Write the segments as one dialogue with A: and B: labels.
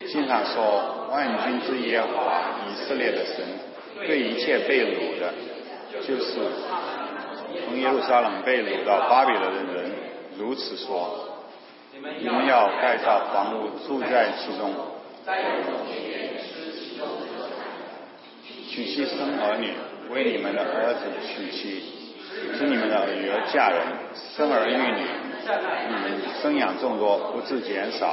A: 经上说：“万军之耶和华以色列的神，对一切被掳的，就是从耶路撒冷被掳到巴比伦的人，如此说：你们要盖造房屋，住在其中，娶妻生儿女，为你们的儿子娶妻。”使你们的女儿嫁人，生儿育女，你们生养众多，不致减少。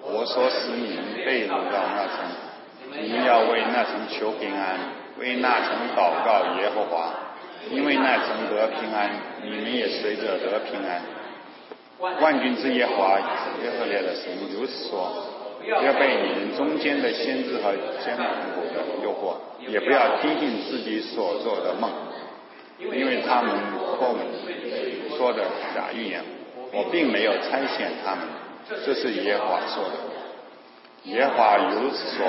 A: 我所使你们被掳到那城，你们要为那城求平安，为那城祷告耶和华，因为那城得平安，你们也随着得平安。万军之耶和华耶和列的神如此说：不要被你们中间的先知和艰苦的诱惑，也不要听信自己所做的梦。因为他们后面说的假预言，我并没有差遣他们，这是耶和华说的。耶和华如此说：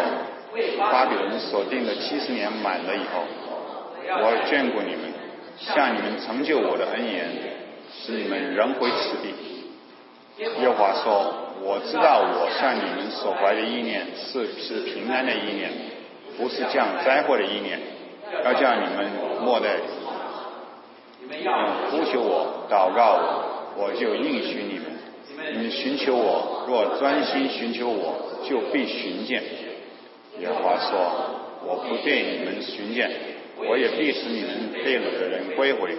A: 巴比伦所定的七十年满了以后，我眷顾你们，向你们成就我的恩言，使你们仍回此地。耶和华说：我知道我向你们所怀的意念是是平安的意念，不是降灾祸的意念，要叫你们莫在。呼求我，祷告我，我就应许你们。你们寻求我，若专心寻求我，就必寻见。耶和华说：我不对你们寻见，我也必使你们被掳的人归回，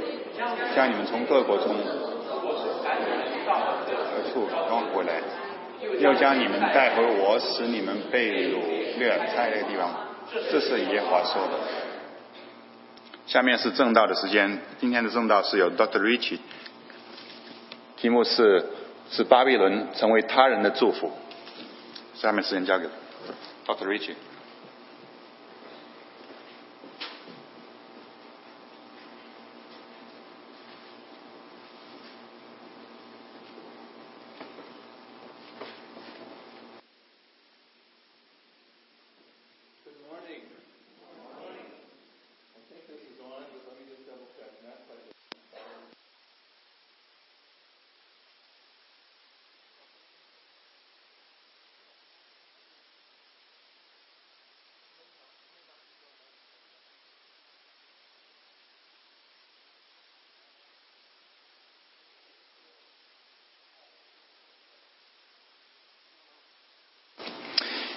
A: 将你们从各国中何处装回来，又将你们带回我使你们被掳掠在的地方。这是耶和华说的。下面是正道的时间。今天的正道是由 Dr. Richie，题目是“使巴比伦成为他人的祝福”。下面时间交给 Dr. Richie。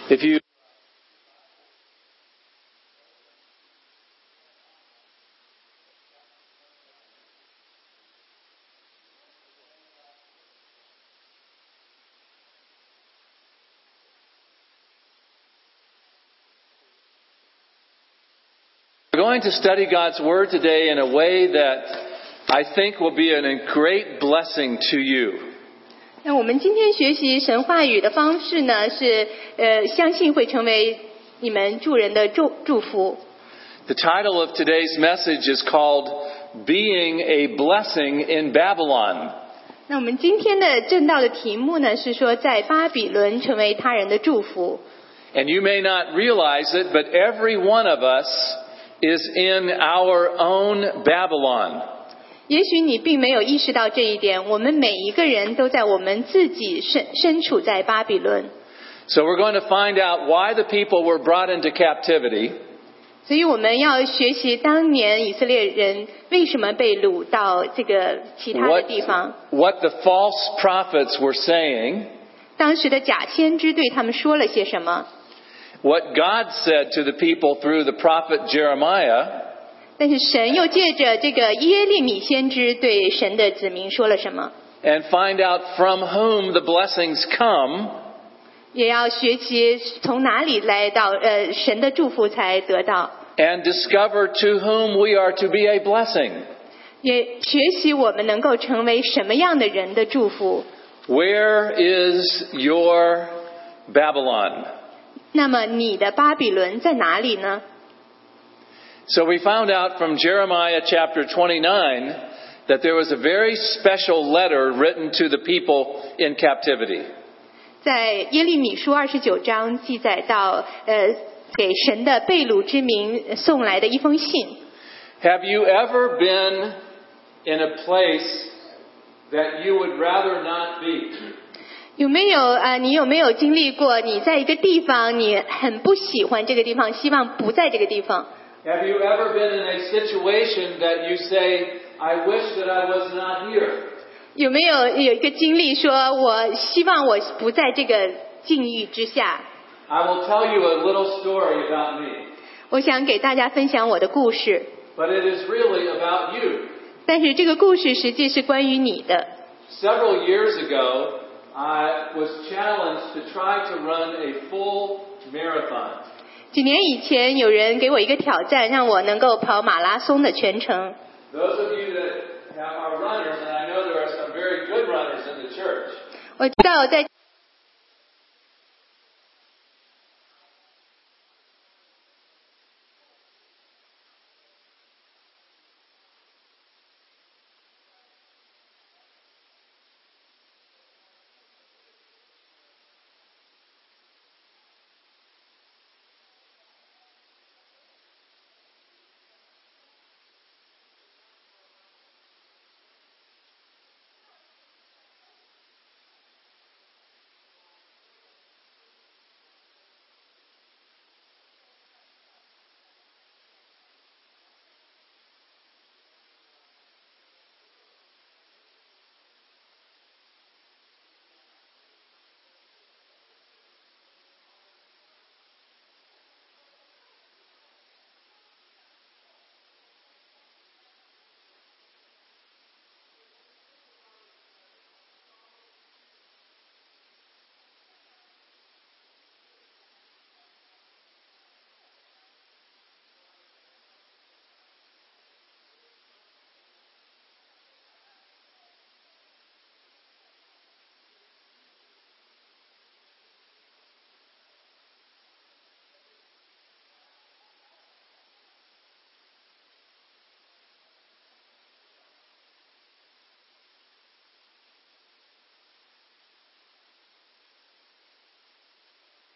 B: If you we're going to study God's Word today in a way that I think will be a great blessing to you.
C: 那我们今天学习神话语的方式呢，是呃，相信会成为你们助人的祝祝福。
B: The title of today's message is called Being a Blessing in Babylon.
C: 那我们今天的正道的题目呢，是说在巴比伦成为他人的祝福。
B: And you may not realize it, but every one of us is in our own Babylon.
C: 也许你并没有意识到这一点，我们每一个人都在我们自己身身处在巴比伦，
B: So we're going to find out why the people were brought into captivity,
C: 所以我们要学习当年以色列人为什么被掳到这个其他的
B: what,
C: 地方。
B: what the false prophets were saying,
C: 当时的假先知对他们说了些什么？
B: what God said to the people through the prophet Jeremiah,
C: 但是神又借着这个耶利米先知对神的子民说了什么？
B: and find out from whom the blessings come.
C: 也要学习从哪里来到呃神的祝福才得到，
B: and discover to whom we are to be a blessing.
C: 也学习我们能够成为什么样的人的祝福。
B: Where is your Babylon?
C: 那么你的巴比伦在哪里呢？
B: So we found out from Jeremiah chapter 29 that there was a very special letter written to the people in captivity.
C: 在耶利米书二十九章记载到，呃，给神的被掳之民送来的一封信。
B: Have you ever been in a place that you would rather not be?
C: 有没有啊、呃你有没有经历过你在一个地方，你很不喜欢这个地方，希望不在这个地方？
B: Have you ever been in a situation that you say, I wish that I was not here?
C: 有没有有一个经历说，我希望我不在这个境遇之下？
B: I will tell you a little story about me,
C: 我想给大家分享我的故事，
B: but it is really about you.
C: 但是这个故事实际是关于你的。
B: Several years ago, I was challenged to try to run a full marathon.
C: 几年以前，有人给我一个挑战，让我能够跑马拉松的全程。
B: Those of you that have, are runners, and I know there are some very good runners in the church,
C: 我知道在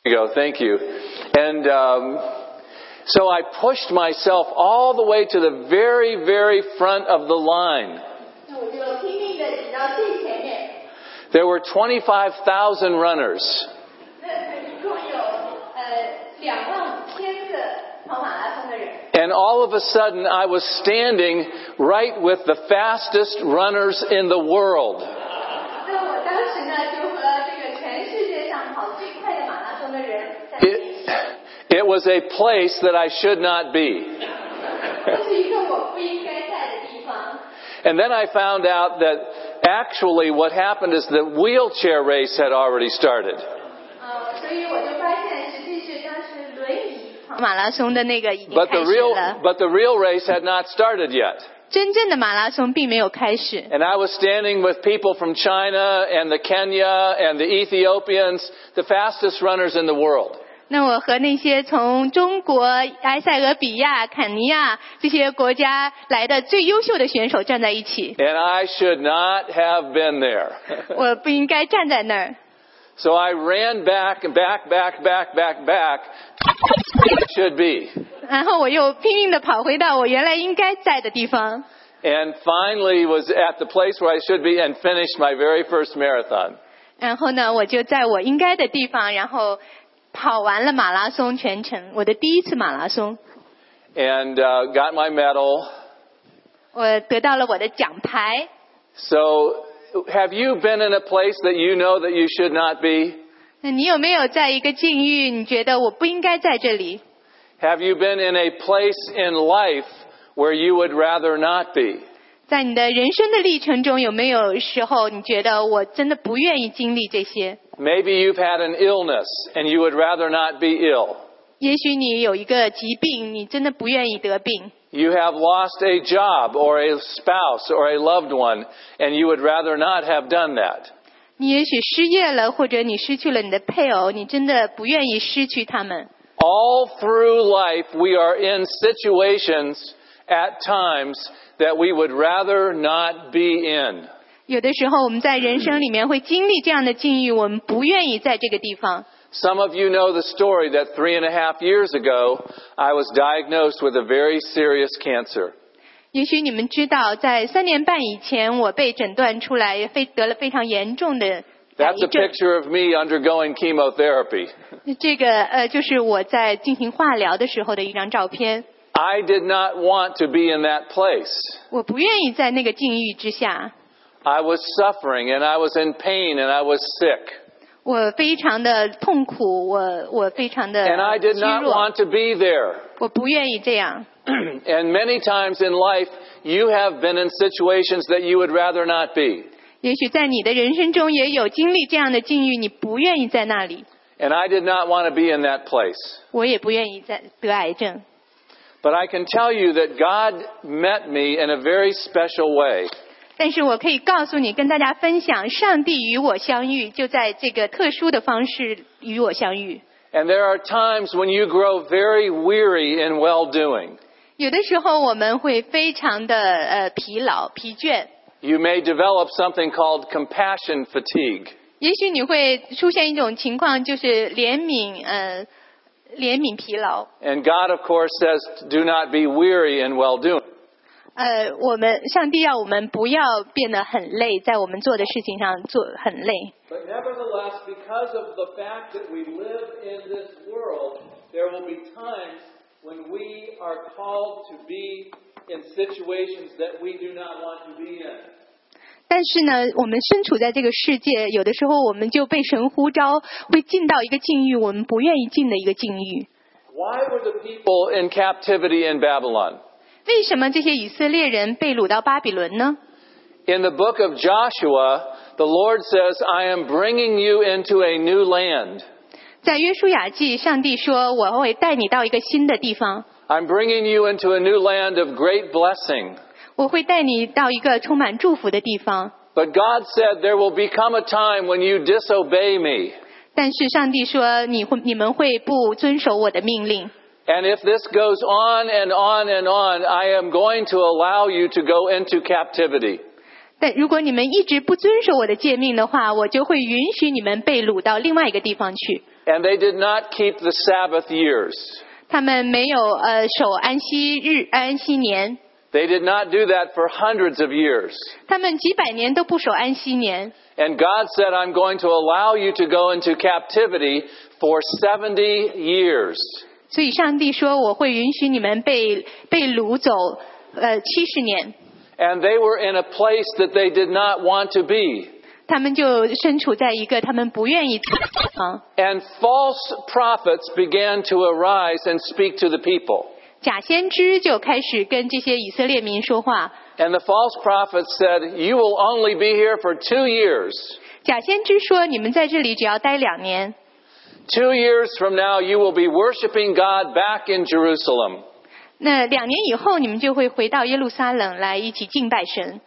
B: There you go. Thank you. And um, so I pushed myself all the way to the very, very front of the line.
C: 那我就拼命的挤到最前面。
B: There were 25,000 runners.
C: 那一共有呃两万五千个跑马拉松的人。
B: And all of a sudden, I was standing right with the fastest runners in the world.
C: 那我当时呢，就和这个全世界上跑最快的马拉松的人在一起，
B: It, it was a place that I should not be.
C: 这是一个我不应该在的地方。
B: And then I found out that actually what happened is the wheelchair race had already started.
C: 呃，所以我就发现，实际是当时轮椅跑马拉松的那个已经
B: But
C: 开
B: the
C: 始
B: real,
C: 了，
B: but the real race had not started yet.
C: 真正的马拉松并没有开始。
B: And I was standing with people from China and the Kenya and the Ethiopians, the fastest runners in the world.
C: 那我和那些从中国、埃塞俄比亚、肯尼亚这些国家来的最优秀的选手站在一起，
B: And I should not have been there.
C: 我不应该站在那儿。
B: so I ran back and back, back, back, back, back. should be.
C: 然后我又拼命的跑回到我原来应该在的地方，
B: And finally was at the place where I should be and finished my very first marathon.
C: 然后呢，我就在我应该的地方，然后跑完了马拉松全程，我的第一次马拉松，
B: and uh, got my medal.
C: 我得到了我的奖牌。
B: So, have you been in a place that you know that you should not be?
C: 那你有没有在一个境遇，你觉得我不应该在这里？
B: Have you been in a place in life where you would rather not be?
C: 在你的人生的历程中，有没有时候你觉得我真的不愿意经历这些？
B: Maybe you've had an illness and you would rather not be ill.
C: 也许你有一个疾病，你真的不愿意得病；
B: You have lost a job or a spouse or a loved one and you would rather not have done that.
C: 你也许失业了，或者你失去了你的配偶，你真的不愿意失去他们。
B: All through life we are in situations at times that we would rather not be in.
C: 有的时候我们在人生里面会经历这样的境遇，我们不愿意在这个地方。
B: Some of you know the story that three and a half years ago, I was diagnosed with a very serious cancer.
C: 也许你们知道，在三年半以前，我被诊断出来非得了非常严重的
B: That's a
C: 这
B: picture of me undergoing chemotherapy.
C: 这个呃，就是我在进行化疗的时候的一张照片。
B: I did not want to be in that place.
C: 我不愿意在那个境遇之下，
B: I was suffering and I was in pain and I was sick.
C: 我非常的痛苦，我我非常的
B: And I
C: 虚
B: did not
C: 弱，
B: want to be there.
C: 我不愿意这样。
B: and many times in life, you have been in situations that you would rather not be.
C: 也许在你的人生中也有经历这样的境遇，你不愿意在那里，
B: And I did not want to be in that place.
C: 我也不愿意在得癌症。
B: But I can tell you that God met me in a very special way.
C: 但是我可以告诉你，跟大家分享，上帝与我相遇，就在这个特殊的方式与我相遇。
B: And there are times when you grow very weary in well doing.
C: 有的时候我们会非常的呃疲劳、疲倦，
B: You may develop something called compassion fatigue.
C: 也许你会出现一种情况，就是怜悯，呃，怜悯疲劳。
B: And God, of course, says, do not be weary in well doing.
C: 呃，我们上帝要我们不要变得很累，在我们做的事情上做很累。
B: But nevertheless, because of the fact that we live in this world, there will be times when we are called to be in situations that we do not want to be in.
C: 但是呢，我们身处在这个世界，有的时候我们就被神呼召，会进到一个境遇，我们不愿意进的一个境遇。
B: Why were the people in captivity in Babylon?
C: 为什么这些以色列人被掳到巴比伦呢？
B: In the book of Joshua, the Lord says, I am bringing you into a new land.
C: 在约书亚记，上帝说：“我会带你到一个新的地方，
B: I'm bringing you into a new land of great blessing.
C: 我会带你到一个充满祝福的地方。
B: But God said, There will become a time when you disobey me. ”
C: 但是上帝说：“你会，你们会不遵守我的命令。
B: And if this goes on and on and on, I am going to allow you to go into captivity.
C: 但如果你们一直不遵守我的诫命的话，我就会允许你们被掳到另外一个地方去。
B: And they did not keep the Sabbath years. ”
C: 他们没有呃守安息日、安息年，
B: They did not do that for hundreds of years.
C: 他们几百年都不守安息年。
B: And God said, I'm going to allow you to go into captivity for 70 years.
C: 所以上帝说：“我会允许你们被被掳走呃七十年。”
B: And they were in a place that they did not want to be.
C: 他们就身处在一个他们不愿意去的地方。
B: And false prophets began to arise and speak to the people.
C: 假先知就开始跟这些以色列民说话。
B: And the false prophet said, You will only be here for two years.
C: 假先知说：“你们在这里只要待两年，
B: Two years from now, you will be worshiping God back in Jerusalem.
C: 那两年以后你们就会回到耶路撒冷来一起敬拜神。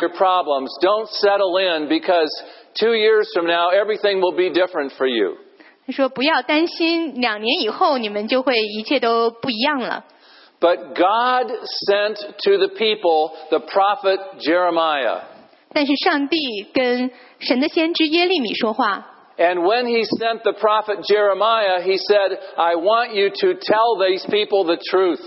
B: Your problems don't settle in because two years from now, everything will be different for you. ”
C: 他说：“不要担心，两年以后你们就会一切都不一样了。
B: But God sent to the people the prophet Jeremiah. ”
C: 但是上帝跟神的先知耶利米说话，
B: And when he sent the prophet Jeremiah, he said, I want you to tell these people the truth.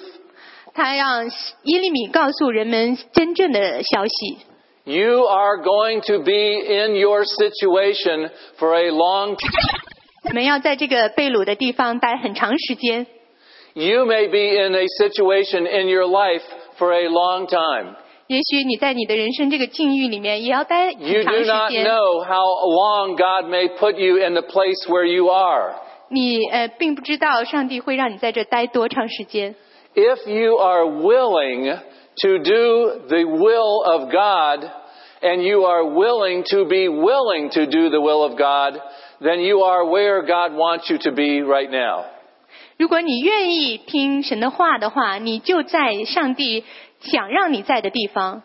C: 他让耶利米告诉人们真正的消息。
B: You are going to be in your situation for a long time.
C: 你们要在这个被掳的地方待很长时间，
B: You may be in a situation in your life for a long time.
C: 也许你在你的人生这个境遇里面也要待很
B: You
C: 长
B: do
C: 时
B: not
C: 间。
B: know how long God may put you in the place where you are.
C: 你呃，并不知道上帝会让你在这待多长时间。
B: If you are willing to do the will of God and you are willing to be willing to do the will of God, then you are where God wants you to be right now.
C: 如果你愿意听神的话的话，你就在上帝想让你在的地方。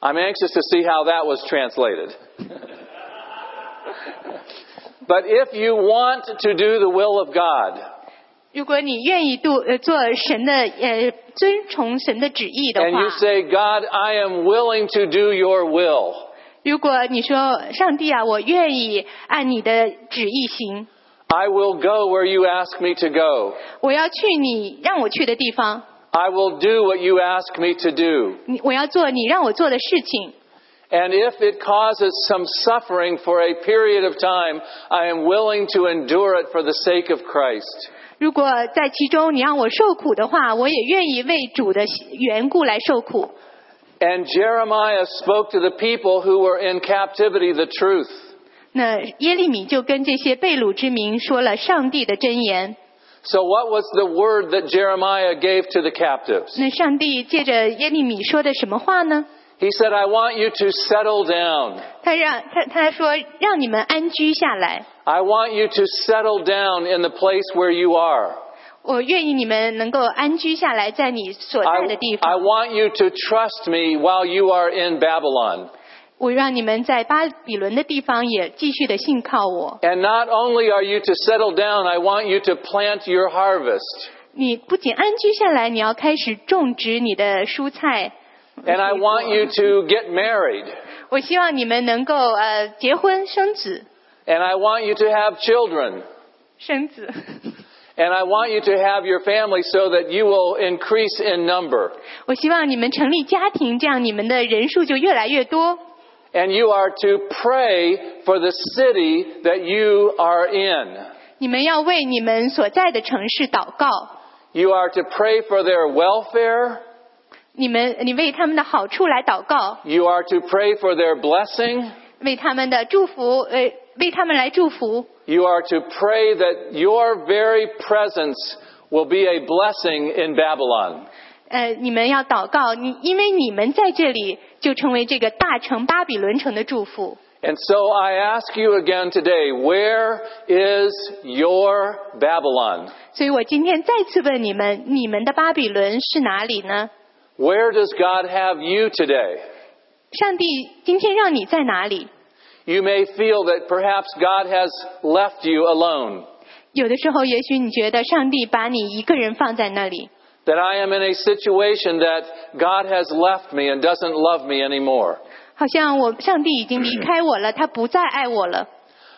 B: I'm anxious to see how that was translated. but if you want to do the will of God,
C: 如果你愿意度呃做神的呃遵从神的旨意的
B: and
C: 话
B: you，say, God, I am willing to do your will,
C: 如果你说上帝啊，我愿意按你的旨意行，
B: I will go where you ask me to go.
C: 我要去你让我去的地方，
B: I will do what you ask me to do.
C: 你我要做你让我做的事情。
B: And if it causes some suffering for a period of time, I am willing to endure it for the sake of Christ.
C: 如果在其中你让我受苦的话，我也愿意为主的缘故来受苦。
B: And Jeremiah spoke to the people who were in captivity the truth.
C: 那耶利米就跟这些被掳之民说了上帝的箴言。
B: So what was the word that Jeremiah gave to the captives?
C: 那上帝借着耶利米说的什么话呢？
B: He said, I want you to settle down.
C: 他让他他说让你们安居下来，
B: I want you to settle down in the place where you are.
C: 我愿意你们能够安居下来，在你所
B: I,
C: 在的地
B: I
C: 方。
B: want you to trust me while you are in Babylon.
C: 我让你们在巴比伦的地方也继续的信靠我。
B: And not only are you to settle down, I want you to plant your harvest.
C: 你不仅安居下来，你要开始种植你的蔬菜。
B: And I want you to get married.
C: 我希望你们能够呃结婚生子，
B: And I want you to have children.
C: 生子。
B: And I want you to have your family so that you will increase in number.
C: 我希望你们成立家庭，这样你们的人数就越来越多。
B: And you are to pray for the city that you are in.
C: 你们要为你们所在的城市祷告，
B: You are to pray for their welfare.
C: 你们你为他们的好处来祷告，
B: You are to pray for their blessing.
C: 为他们的祝福，呃，为他们来祝福。
B: You are to pray that your very presence will be a blessing in Babylon.
C: 呃，你们要祷告，你因为你们在这里就成为这个大城巴比伦城的祝福。
B: And so I ask you again today, where is your Babylon?
C: 所以我今天再次问你们，你们的巴比伦是哪里呢？
B: Where does God have you today?
C: 上帝今天让你在哪里？
B: You may feel that perhaps God has left you alone,
C: 有的时候，也许你觉得上帝把你一个人放在那里，
B: that I am in a situation that God has left me and doesn't love me anymore.
C: 好像我上帝已经离开我了，他不再爱我了。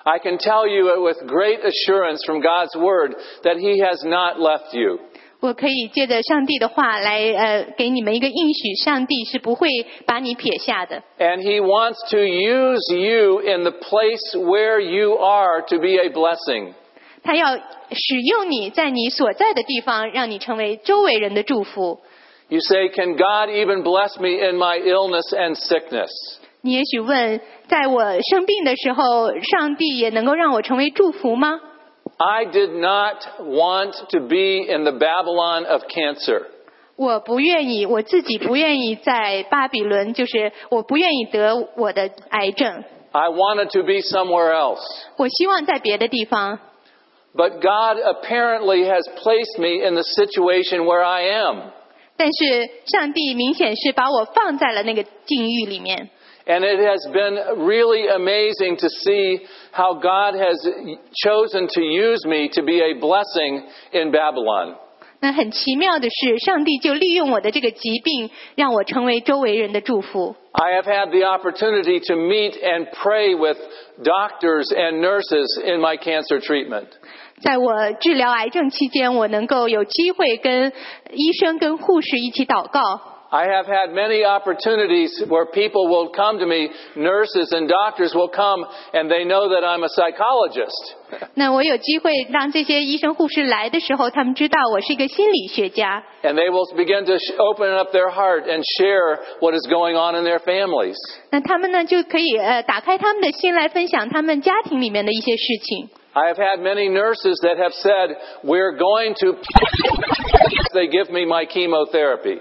B: I can tell you it with great assurance from God's word that He has not left you.
C: 我可以借着上帝的话来呃，给你们一个应许，上帝是不会把你撇下的。
B: And He wants to use you in the place where you are to be a blessing.
C: 他要使用你在你所在的地方，让你成为周围人的祝福。
B: You say, Can God even bless me in my illness and sickness?
C: 你也许问，在我生病的时候，上帝也能够让我成为祝福吗？
B: I did not want to be in the Babylon of cancer.
C: 我不愿意，我自己不愿意在巴比伦，就是我不愿意得我的癌症。
B: I wanted to be somewhere else.
C: 我希望在别的地方，
B: But God apparently has placed me in the situation where I am.
C: 但是上帝明显是把我放在了那个境遇里面。
B: And it has been really amazing to see how God has chosen to use me to be a blessing in Babylon.
C: 那很奇妙的是，上帝就利用我的这个疾病，让我成为周围人的祝福。
B: I have had the opportunity to meet and pray with doctors and nurses in my cancer treatment.
C: 在我治疗癌症期间，我能够有机会跟医生、跟护士一起祷告。
B: I have had many opportunities where people will come to me, nurses and doctors will come, and they know that I'm a psychologist.
C: 那我有机会让这些医生、护士来的时候，他们知道我是一个心理学家，
B: And they will begin to sh- open up their heart and share what is going on in their families.
C: 那他们呢就可以呃打开他们的心来分享他们家庭里面的一些事情。
B: I have had many nurses that have said, we're going to, they give me my chemotherapy.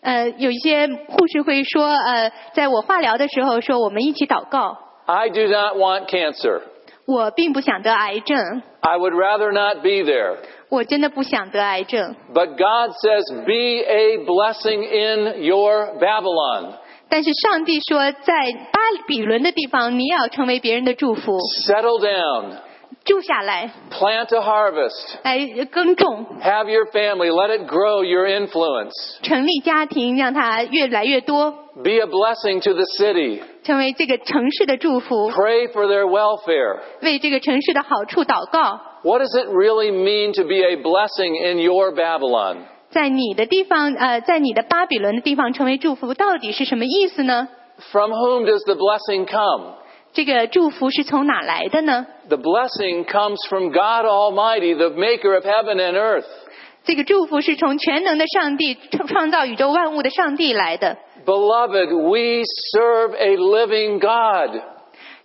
C: 呃，有一些护士会说，呃，在我化疗的时候说，我们一起祷告。
B: I do not want cancer.
C: 我并不想得癌症，
B: I would rather not be there.
C: 我真的不想得癌症。
B: But God says, be a blessing in your Babylon.
C: 但是上帝说，在巴比伦的地方，你也要成为别人的祝福，
B: Settle down.
C: 住下来，
B: Plant a harvest.
C: 来耕种，
B: Have your family. Let it grow your influence.
C: 成立家庭，让它越来越多，
B: Be a blessing to the city.
C: 成为这个城市的祝福，
B: Pray for their welfare.
C: 为这个城市的好处祷告。
B: What does it really mean to be a blessing in your Babylon?
C: 在你的地方，呃，在你的巴比伦的地方成为祝福，到底是什么意思呢？
B: From whom does the blessing come?
C: 这个祝福是从哪来的呢？
B: The blessing comes from God Almighty, the maker of heaven and earth.
C: 这个祝福是从全能的上帝创创造宇宙万物的上帝来的。
B: Beloved, we serve a living God.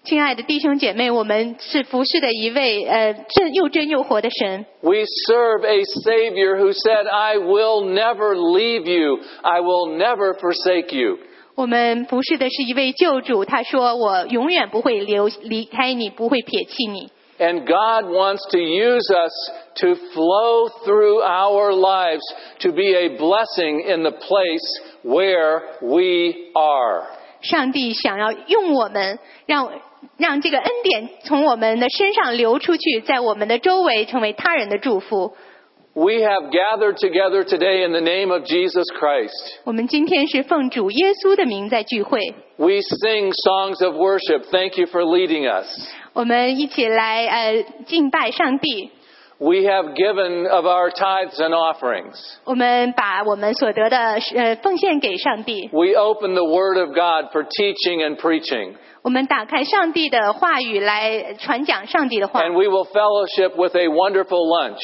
C: 亲爱的弟兄姐妹，我们是服侍的一位呃真又真又活的神，
B: We serve a Savior who said, I will never leave you. I will never forsake you.
C: 我们服侍的是一位救主。他说：“我永远不会留离开你，不会撇弃你。
B: And God wants to use us to flow through our lives to be a blessing in the place where we are. ”
C: 上帝想要用我们，让让这个恩典从我们的身上流出去，在我们的周围成为他人的祝福。
B: We have gathered together today in the name of Jesus Christ.
C: 我们今天是奉主耶稣的名在聚会，
B: We sing songs of worship. Thank you for leading us.
C: 我们一起来呃敬拜上帝。
B: We have given of our tithes and offerings.
C: 我们把我们所得的呃奉献给上帝，
B: We open the Word of God for teaching and preaching.
C: 我们打开上帝的话语来传讲上帝的话。
B: And we will fellowship with a wonderful lunch.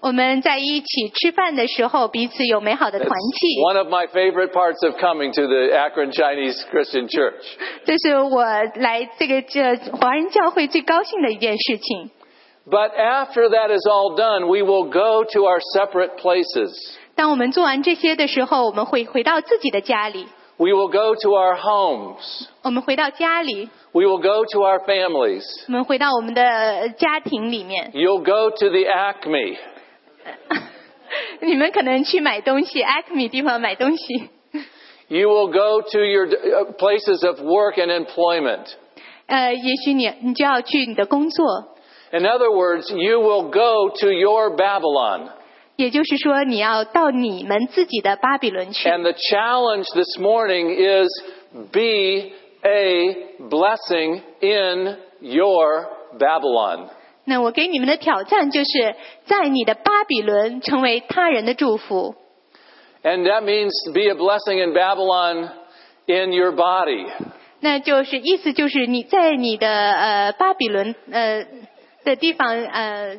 C: 我们在一起吃饭的时候，彼此有美好的团
B: It's
C: 契，
B: one of my favorite parts of coming to the Akron Chinese Christian Church.
C: 这是我来这个这华人教会最高兴的一件事情。
B: But after that is all done, we will go to our separate places.
C: 当我们做完这些的时候，我们会回到自己的家里，
B: We will go to our homes.
C: 我们回到家里，
B: We will go to our families.
C: 我们回到我们的呃家庭里面。
B: You'll go to the Acme.
C: 你们可能去买东西，Acme 地方买东西，
B: You will go to your uh, places of work and employment.
C: 呃，也许你你就要去你的工作，
B: In other words, you will go to your Babylon.
C: 也就是说，你要到你们自己的巴比伦去。
B: And the challenge this morning is be a blessing in your Babylon.
C: 那我给你们的挑战就是在你的巴比伦成为他人的祝福。
B: And that means be a blessing in Babylon in your body.
C: 那就是意思就是你在你的呃巴比伦呃的地方呃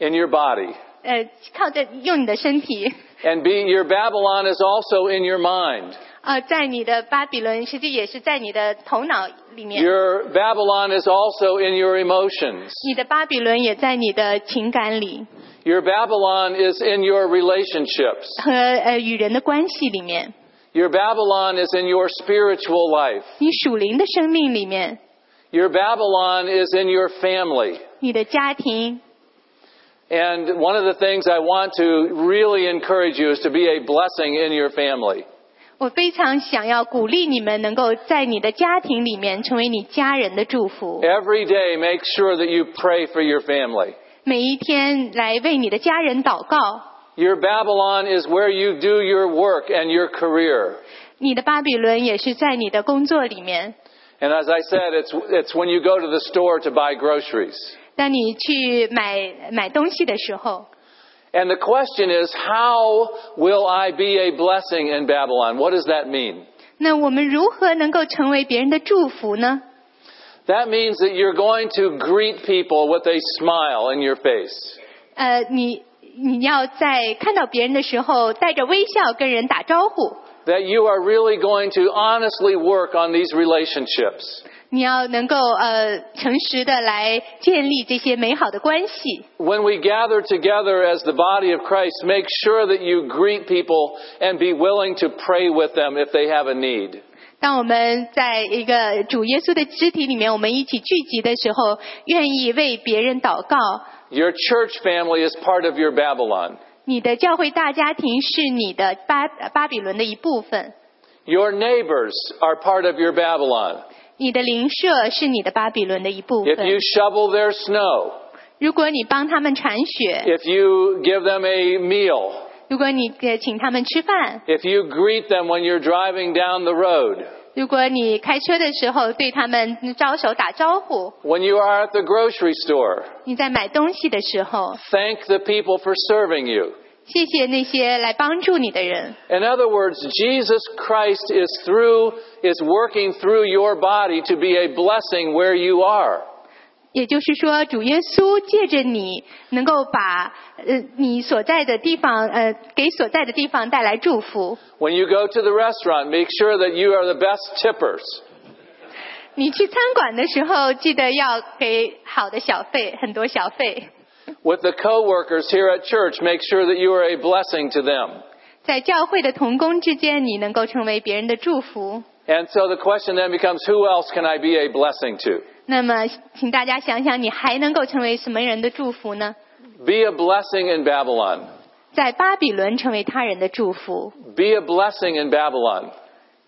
B: In your body.
C: 呃靠着用你的身体
B: And be your Babylon is also in your mind.
C: 呃在你的巴比伦实际也是在你的头脑里面，
B: Your Babylon is also in your emotions.
C: 你的巴比伦也在你的情感里
B: Your Babylon is in your relationships.
C: 和呃与人的关系里面，
B: Your Babylon is in your spiritual life.
C: 你属灵的生命里面，
B: Your Babylon is in your family.
C: 你的家庭。
B: And one of the things I want to really encourage you is to be a blessing in your family.
C: 我非常想要鼓励你们能够在你的家庭里面成为你家人的祝福。
B: Every day, make sure that you pray for your family.
C: 每一天来为你的家人祷告。
B: Your Babylon is where you do your work and your career.
C: 你的巴比伦也是在你的工作里面。
B: And as I said, it's, it's when you go to the store to buy groceries.
C: 当你去买买东西的时候，
B: And the question is, how will I be a blessing in Babylon? What does that mean?
C: 那我们如何能够成为别人的祝福呢？
B: That means that you're going to greet people with a smile in your face.
C: 呃，你你要在看到别人的时候，带着微笑跟人打招呼。
B: That you are really going to honestly work on these relationships.
C: 你要能够呃诚实的来建立这些美好的关系。
B: When we gather together as the body of Christ, make sure that you greet people and be willing to pray with them if they have a need.
C: 当我们在一个主耶稣的肢体里面，我们一起聚集的时候，愿意为别人祷告。
B: Your church family is part of your Babylon.
C: 你的教会大家庭是你的巴巴比伦的一部分，
B: Your neighbors are part of your Babylon.
C: 你的邻舍是你的巴比伦的一部
B: If
C: 分
B: you。shovel their snow,
C: 如果你帮他们铲雪，
B: if you give them a meal,
C: 如果你呃请他们吃饭，
B: if you greet them when you're driving down the road,
C: 如果你开车的时候对他们招手打招呼，
B: when you are at the grocery store,
C: 你在买东西的时候，
B: thank the people for serving you.
C: 谢谢那些来帮助你的人。
B: In other words, Jesus Christ is through, is working through your body to be a blessing where you are.
C: 也就是说，主耶稣借着你，能够把呃你所在的地方呃给所在的地方带来祝福。
B: When you go to the restaurant, make sure that you are the best tippers.
C: 你去餐馆的时候，记得要给好的小费，很多小费。
B: With the coworkers here at church, make sure that you are a blessing to them.
C: 在教会的同工之间，你能够成为别人的祝福。
B: And so the question then becomes, who else can I be a blessing to?
C: 那么，请大家想想，你还能够成为什么人的祝福呢？
B: Be a blessing in Babylon.
C: 在巴比伦成为他人的祝福，
B: Be a blessing in Babylon.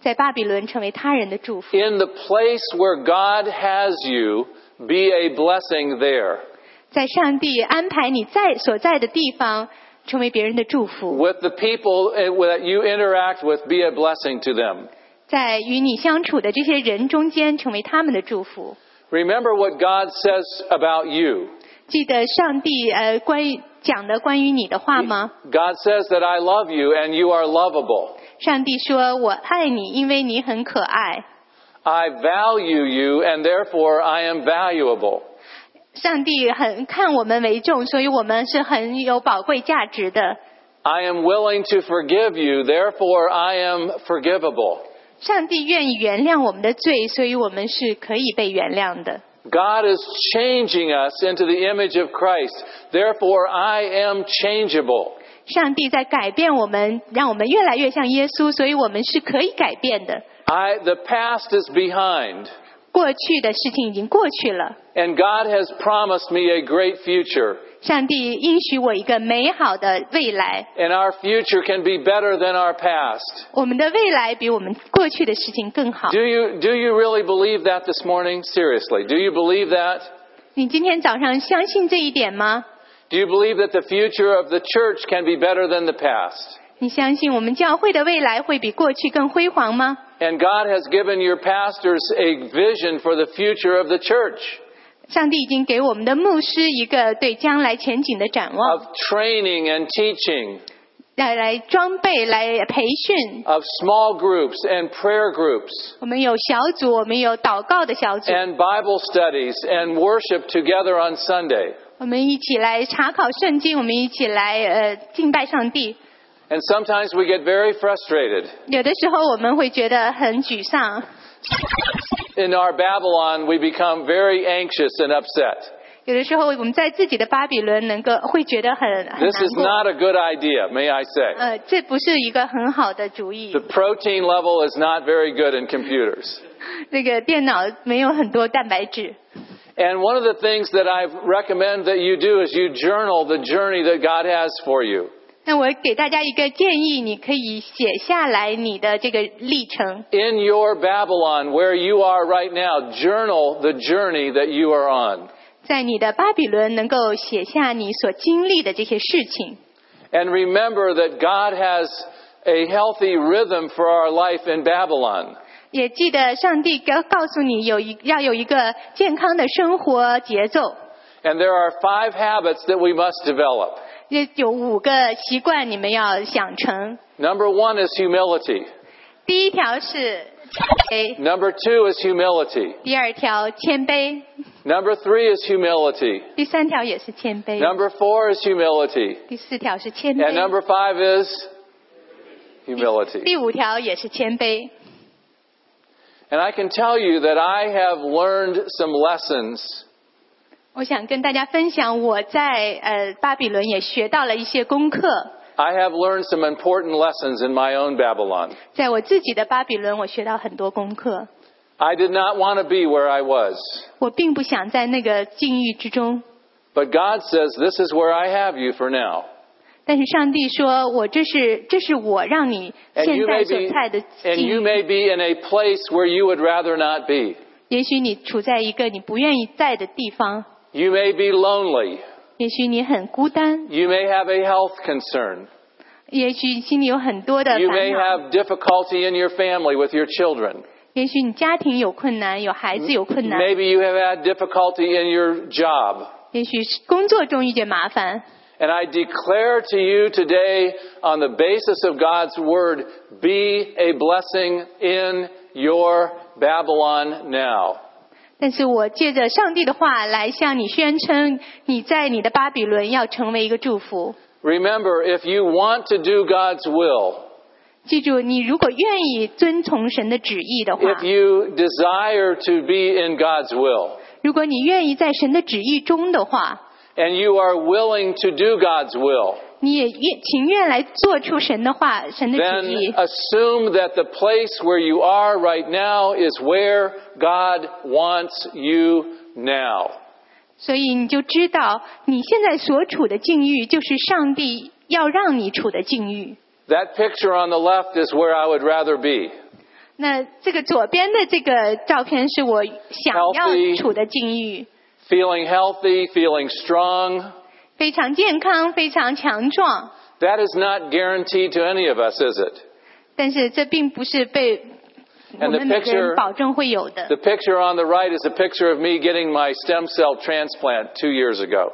C: 在巴比伦成为他人的祝福，
B: In the place where God has you, be a blessing there.
C: 在上帝安排你在所在的地方成为别人的祝福，
B: With the people eh, that you interact with, be a blessing to them.
C: 在与你相处的这些人中间成为他们的祝福。
B: Remember what God says about you.
C: 记得上帝呃关于讲的关于你的话吗？
B: God says that I love you and you are lovable.
C: 上帝说：“我爱你，因为你很可爱。
B: I value you and therefore I am valuable. ”
C: 上帝很看我们为重，所以我们是很有宝贵价值的。
B: I am willing to forgive you, therefore I am forgivable.
C: 上帝愿意原谅我们的罪，所以我们是可以被原谅的。
B: God is changing us into the image of Christ, therefore I am changeable.
C: 上帝在改变我们，让我们越来越像耶稣，所以我们是可以改变的。
B: I, the past is behind,
C: 过去的事情已经过去了，
B: and God has promised me a great future,
C: 上帝应许我一个美好的未来。
B: and our future can be better than our past.
C: 我们的未来比我们过去的事情更好
B: Do。you, do you really believe that this morning? Seriously, do you believe that?
C: 你今天早上相信这一点吗？
B: Do you believe that the future of the church can be better than the past?
C: 你相信我们教会的未来会比过去更辉煌吗？
B: And God has given your pastors a vision for the future of the church,
C: 上帝已经给我们的牧师一个对将来前景的展望
B: of，training and teaching,
C: 来来装备，来培训。
B: of small groups and prayer groups,
C: 我们有小组，我们有祷告的小组，
B: and Bible studies and worship together on Sunday.
C: 我们一起来查考圣经，我们一起来呃敬拜上帝。
B: And sometimes we get very frustrated.
C: 有的时候我们会觉得很沮 丧，
B: In our Babylon, we become very anxious and upset.
C: 有的时候我们在自己的巴比伦能够会觉得很很
B: This
C: 难
B: is
C: 过。
B: not a good idea, may I say.
C: 呃，这不是一个很好的主意
B: The。protein level is not very good in computers.
C: 那个电脑没有很多蛋白质。
B: And one of the things that I recommend that you do is you journal the journey that God has for you.
C: 那我给大家一个建议，你可以写下来你的这个历程，
B: In your Babylon, where you are right now, journal the journey that you are on.
C: 在你的巴比伦能够写下你所经历的这些事情。
B: And remember that God has a healthy rhythm for our life in Babylon.
C: 也记得上帝告告诉你有一要有一个健康的生活节奏，
B: And there are five habits that we must develop.
C: 也有五个习惯你们要养成。
B: Number one is humility.
C: 第一条是谦卑，
B: Number two is humility.
C: 第二条谦卑，
B: Number three is humility.
C: 第三条也是谦卑，
B: Number four is humility.
C: 第四条是谦
B: And
C: 卑，
B: number five is humility.
C: 第五条也是谦卑。
B: And I can tell you that I have learned some lessons
C: 我想跟大家分享，我在呃巴比伦也学到了一些功课，
B: I have learned some important lessons in my own Babylon.
C: 在我自己的巴比伦，我学到很多功课。
B: I did not want to be where I was,
C: 我并不想在那个境遇之中，
B: but God says, This is where I have you for now.
C: 但是上帝说：“我这是这是我让你
B: And
C: 现
B: you
C: 在
B: may
C: 所在的
B: be, and
C: 境
B: you
C: 遇，
B: may be in a place where you would rather not be.
C: 也许你处在一个你不愿意在的地方，
B: You may be lonely.
C: 也许你很孤单，
B: You may have a health concern.
C: 也许心里有很多的
B: You may
C: 烦恼，
B: have difficulty in your family with your children.
C: 也许你家庭有困难，有孩子有困难，
B: Maybe you have had difficulty in your job.
C: 也许是工作中遇见麻烦。”
B: And I declare to you today, on the basis of God's word, be a blessing in your Babylon now.
C: 但是我借着上帝的话来向你宣称，你在你的巴比伦要成为一个祝福。
B: Remember, if you want to do God's will,
C: 记住，你如果愿意遵从神的旨意的话，
B: if you desire to be in God's will,
C: 如果你愿意在神的旨意中的话，
B: and you are willing to do God's will,
C: 你也愿情愿来做出神的话、神的
B: then uh，
C: 旨意，
B: assume that the place where you are right now is where God wants you now.
C: 所以你就知道你现在所处的境遇就是上帝要让你处的境遇。
B: That picture on the left is where I would rather be.
C: 那这个左边的这个照片是我想要
B: Healthy
C: 处的境遇，
B: Feeling healthy, feeling strong.
C: 非常健康，非常强壮。
B: That is not guaranteed to any of us, is it?
C: 但是这并不是被我
B: And the
C: 们每个
B: picture-
C: 人保证会有的。
B: The picture on the right is a picture of me getting my stem cell transplant two years ago.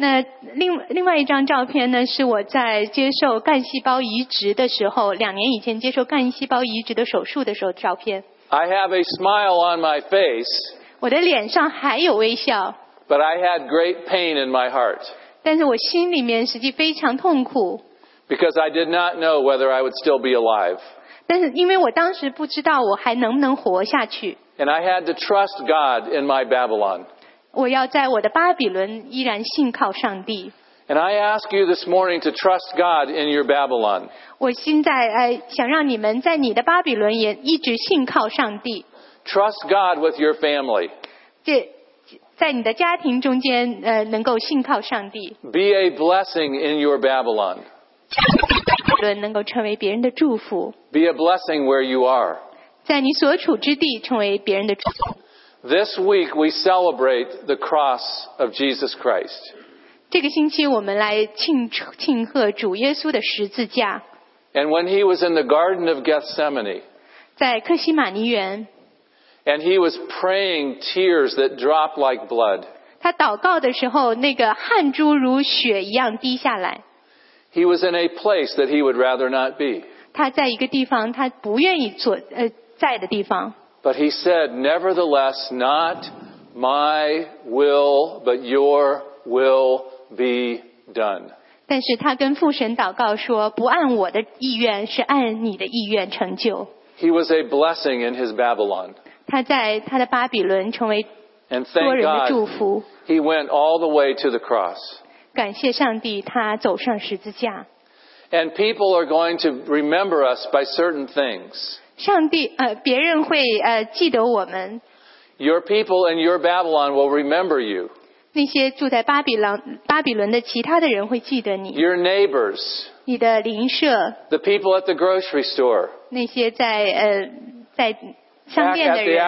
C: 那另另外一张照片呢，是我在接受干细胞移植的时候，两年以前接受干细胞移植的手术的时候的照片。
B: I have a smile on my face,
C: 我的脸上还有微笑，
B: but I had great pain in my heart
C: 但是我心里面实际非常痛苦。
B: because I did not know whether I would still be alive.
C: 但是因为我当时不知道我还能不能活下去，
B: And I had to trust God in my Babylon.
C: 我要在我的巴比伦依然信靠上帝。
B: And I ask you this morning to trust God in your Babylon.
C: 我现在呃想让你们在你的巴比伦也一直信靠上帝。
B: Trust God with your family.
C: 这在你的家庭中间，呃，能够信靠上帝，
B: Be a blessing in your Babylon.
C: 论能够成为别人的祝福，
B: Be a blessing where you are.
C: 在你所处之地成为别人的祝福。
B: This week we celebrate the cross of Jesus Christ.
C: 这个星期我们来庆祝庆贺主耶稣的十字架，
B: And when he was in the Garden of Gethsemane,
C: 在克西马尼园，
B: and he was praying tears that dropped like blood,
C: 他祷告的时候，那个汗珠如雪一样滴下来。
B: he was in a place that he would rather not be.
C: 他在一个地方，他不愿意所呃在的地方，
B: But he said, Nevertheless, not my will, but your will be done.
C: 但是他跟父神祷告说：“不按我的意愿，是按你的意愿成就。”
B: He was a blessing in his Babylon.
C: 他在他的巴比伦成为
B: And
C: 多
B: thank
C: 人的祝
B: God
C: 福。
B: he went all the way to the cross.
C: 感谢上帝，他走上十字架。
B: And people are going to remember us by certain things.
C: 上帝呃，别人会呃记得我们
B: Your people in your Babylon will remember you.
C: 那些住在巴比伦巴比伦的其他的人会记得你，
B: Your neighbors,
C: 你的邻舍，
B: the people at the grocery store,
C: 那些在呃在商
B: back
C: 店
B: at
C: 的
B: the
C: 人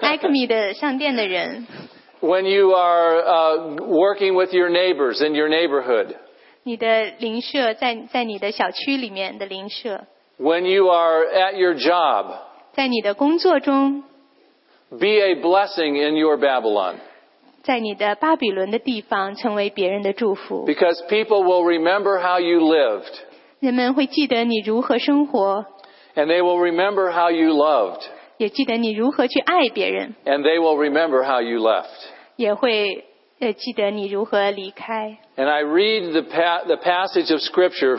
B: Acme.
C: ，Acme 的商店的人，
B: when you are uh, working with your neighbors in your neighborhood,
C: 你的邻舍在在你的小区里面的邻舍，
B: when you are at your job,
C: 在你的工作中，
B: be a blessing in your Babylon.
C: 在你的巴比伦的地方成为别人的祝福。
B: Because people will remember how you lived,
C: 人们会记得你如何生活，
B: and they will remember how you loved,
C: 也记得你如何去爱别人，
B: and they will remember how you left.
C: 也会呃记得你如何离开。
B: And I read the, pa- the passage of Scripture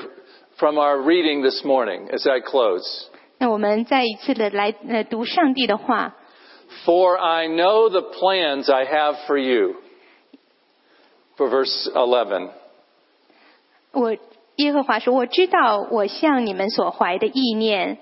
B: from our reading this morning as I close.
C: 那我们再一次的来呃读上帝的话，
B: For I know the plans I have for you. For verse 11.
C: 我耶和华说：“我知道我向你们所怀的意念，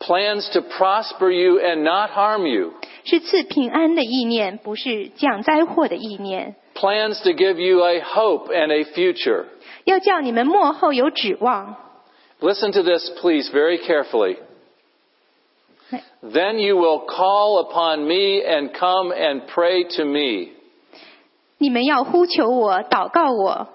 B: Plans to prosper you and not harm you.
C: 是赐平安的意念，不是降灾祸的意念，
B: Plans to give you a hope and a future.
C: 要叫你们幕后有指望。
B: Listen to this, please, very carefully. Then you will call upon me and come and pray to me,
C: 你们要呼求我，祷告我，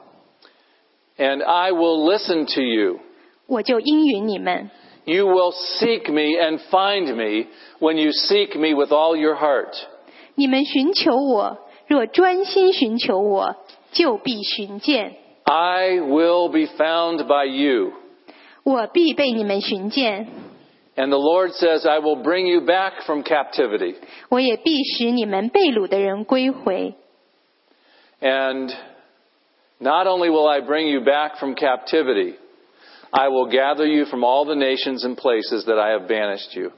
B: and I will listen to you.
C: 我就应允你们。
B: You will seek me and find me when you seek me with all your heart.
C: 你们寻求我，若专心寻求我，就必寻见。”
B: I will be found by you.
C: 我必被你们寻见，
B: And the Lord says, I will bring you back from captivity.
C: 我也必使你们被掳的人归回。
B: And not only will I bring you back from captivity, I will gather you from all the nations and places that I have banished you.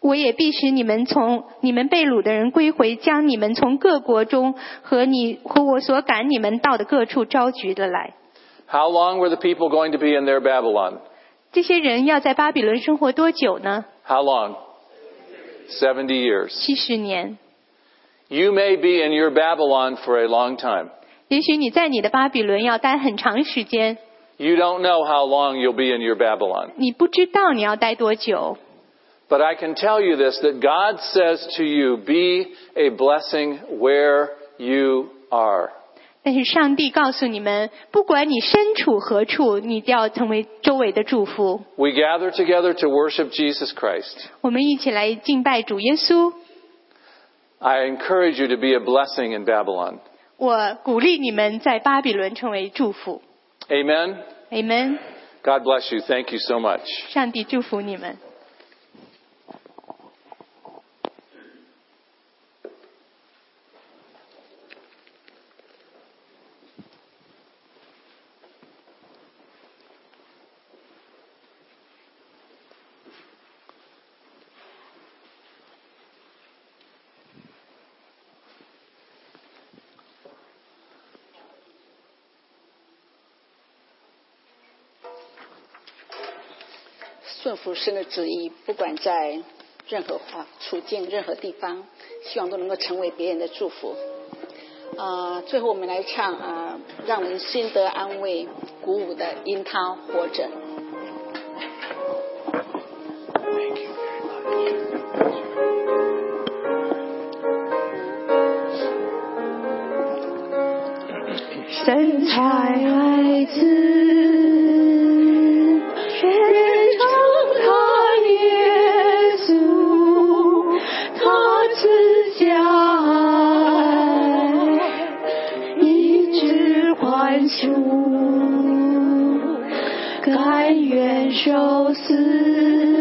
C: 我也必使你们从你们被掳的人归回，将你们从各国中和你和我所赶你们到的各处招聚的来。
B: How long were the people going to be in their Babylon?
C: 这些人要在巴比伦生活多久呢？
B: How long? 70 years.
C: 七十年。
B: You may be in your Babylon for a long time.
C: 也许你在你的巴比伦要待很长时间，
B: You don't know how long you'll be in your Babylon.
C: 你不知道你要待多久。
B: But I can tell you this that God says to you, be a blessing where you are.
C: 但是上帝告诉你们，不管你身处何处，你都要成为周围的祝福。
B: We gather together to worship Jesus Christ.
C: 我们一起来敬拜主耶稣。
B: I encourage you to be a blessing in Babylon.
C: 我鼓励你们在巴比伦成为祝福。
B: Amen.
C: Amen。
B: God bless you. Thank you so much.
C: 上帝祝福你们。
D: 顺服神的旨意，不管在任何啊处境、任何地方，希望都能够成为别人的祝福。啊、最后我们来唱啊、让人心得安慰、鼓舞的《因他活着》。
E: 神采爱子，人称他耶稣，他赐下爱，医治宽恕，甘愿受死。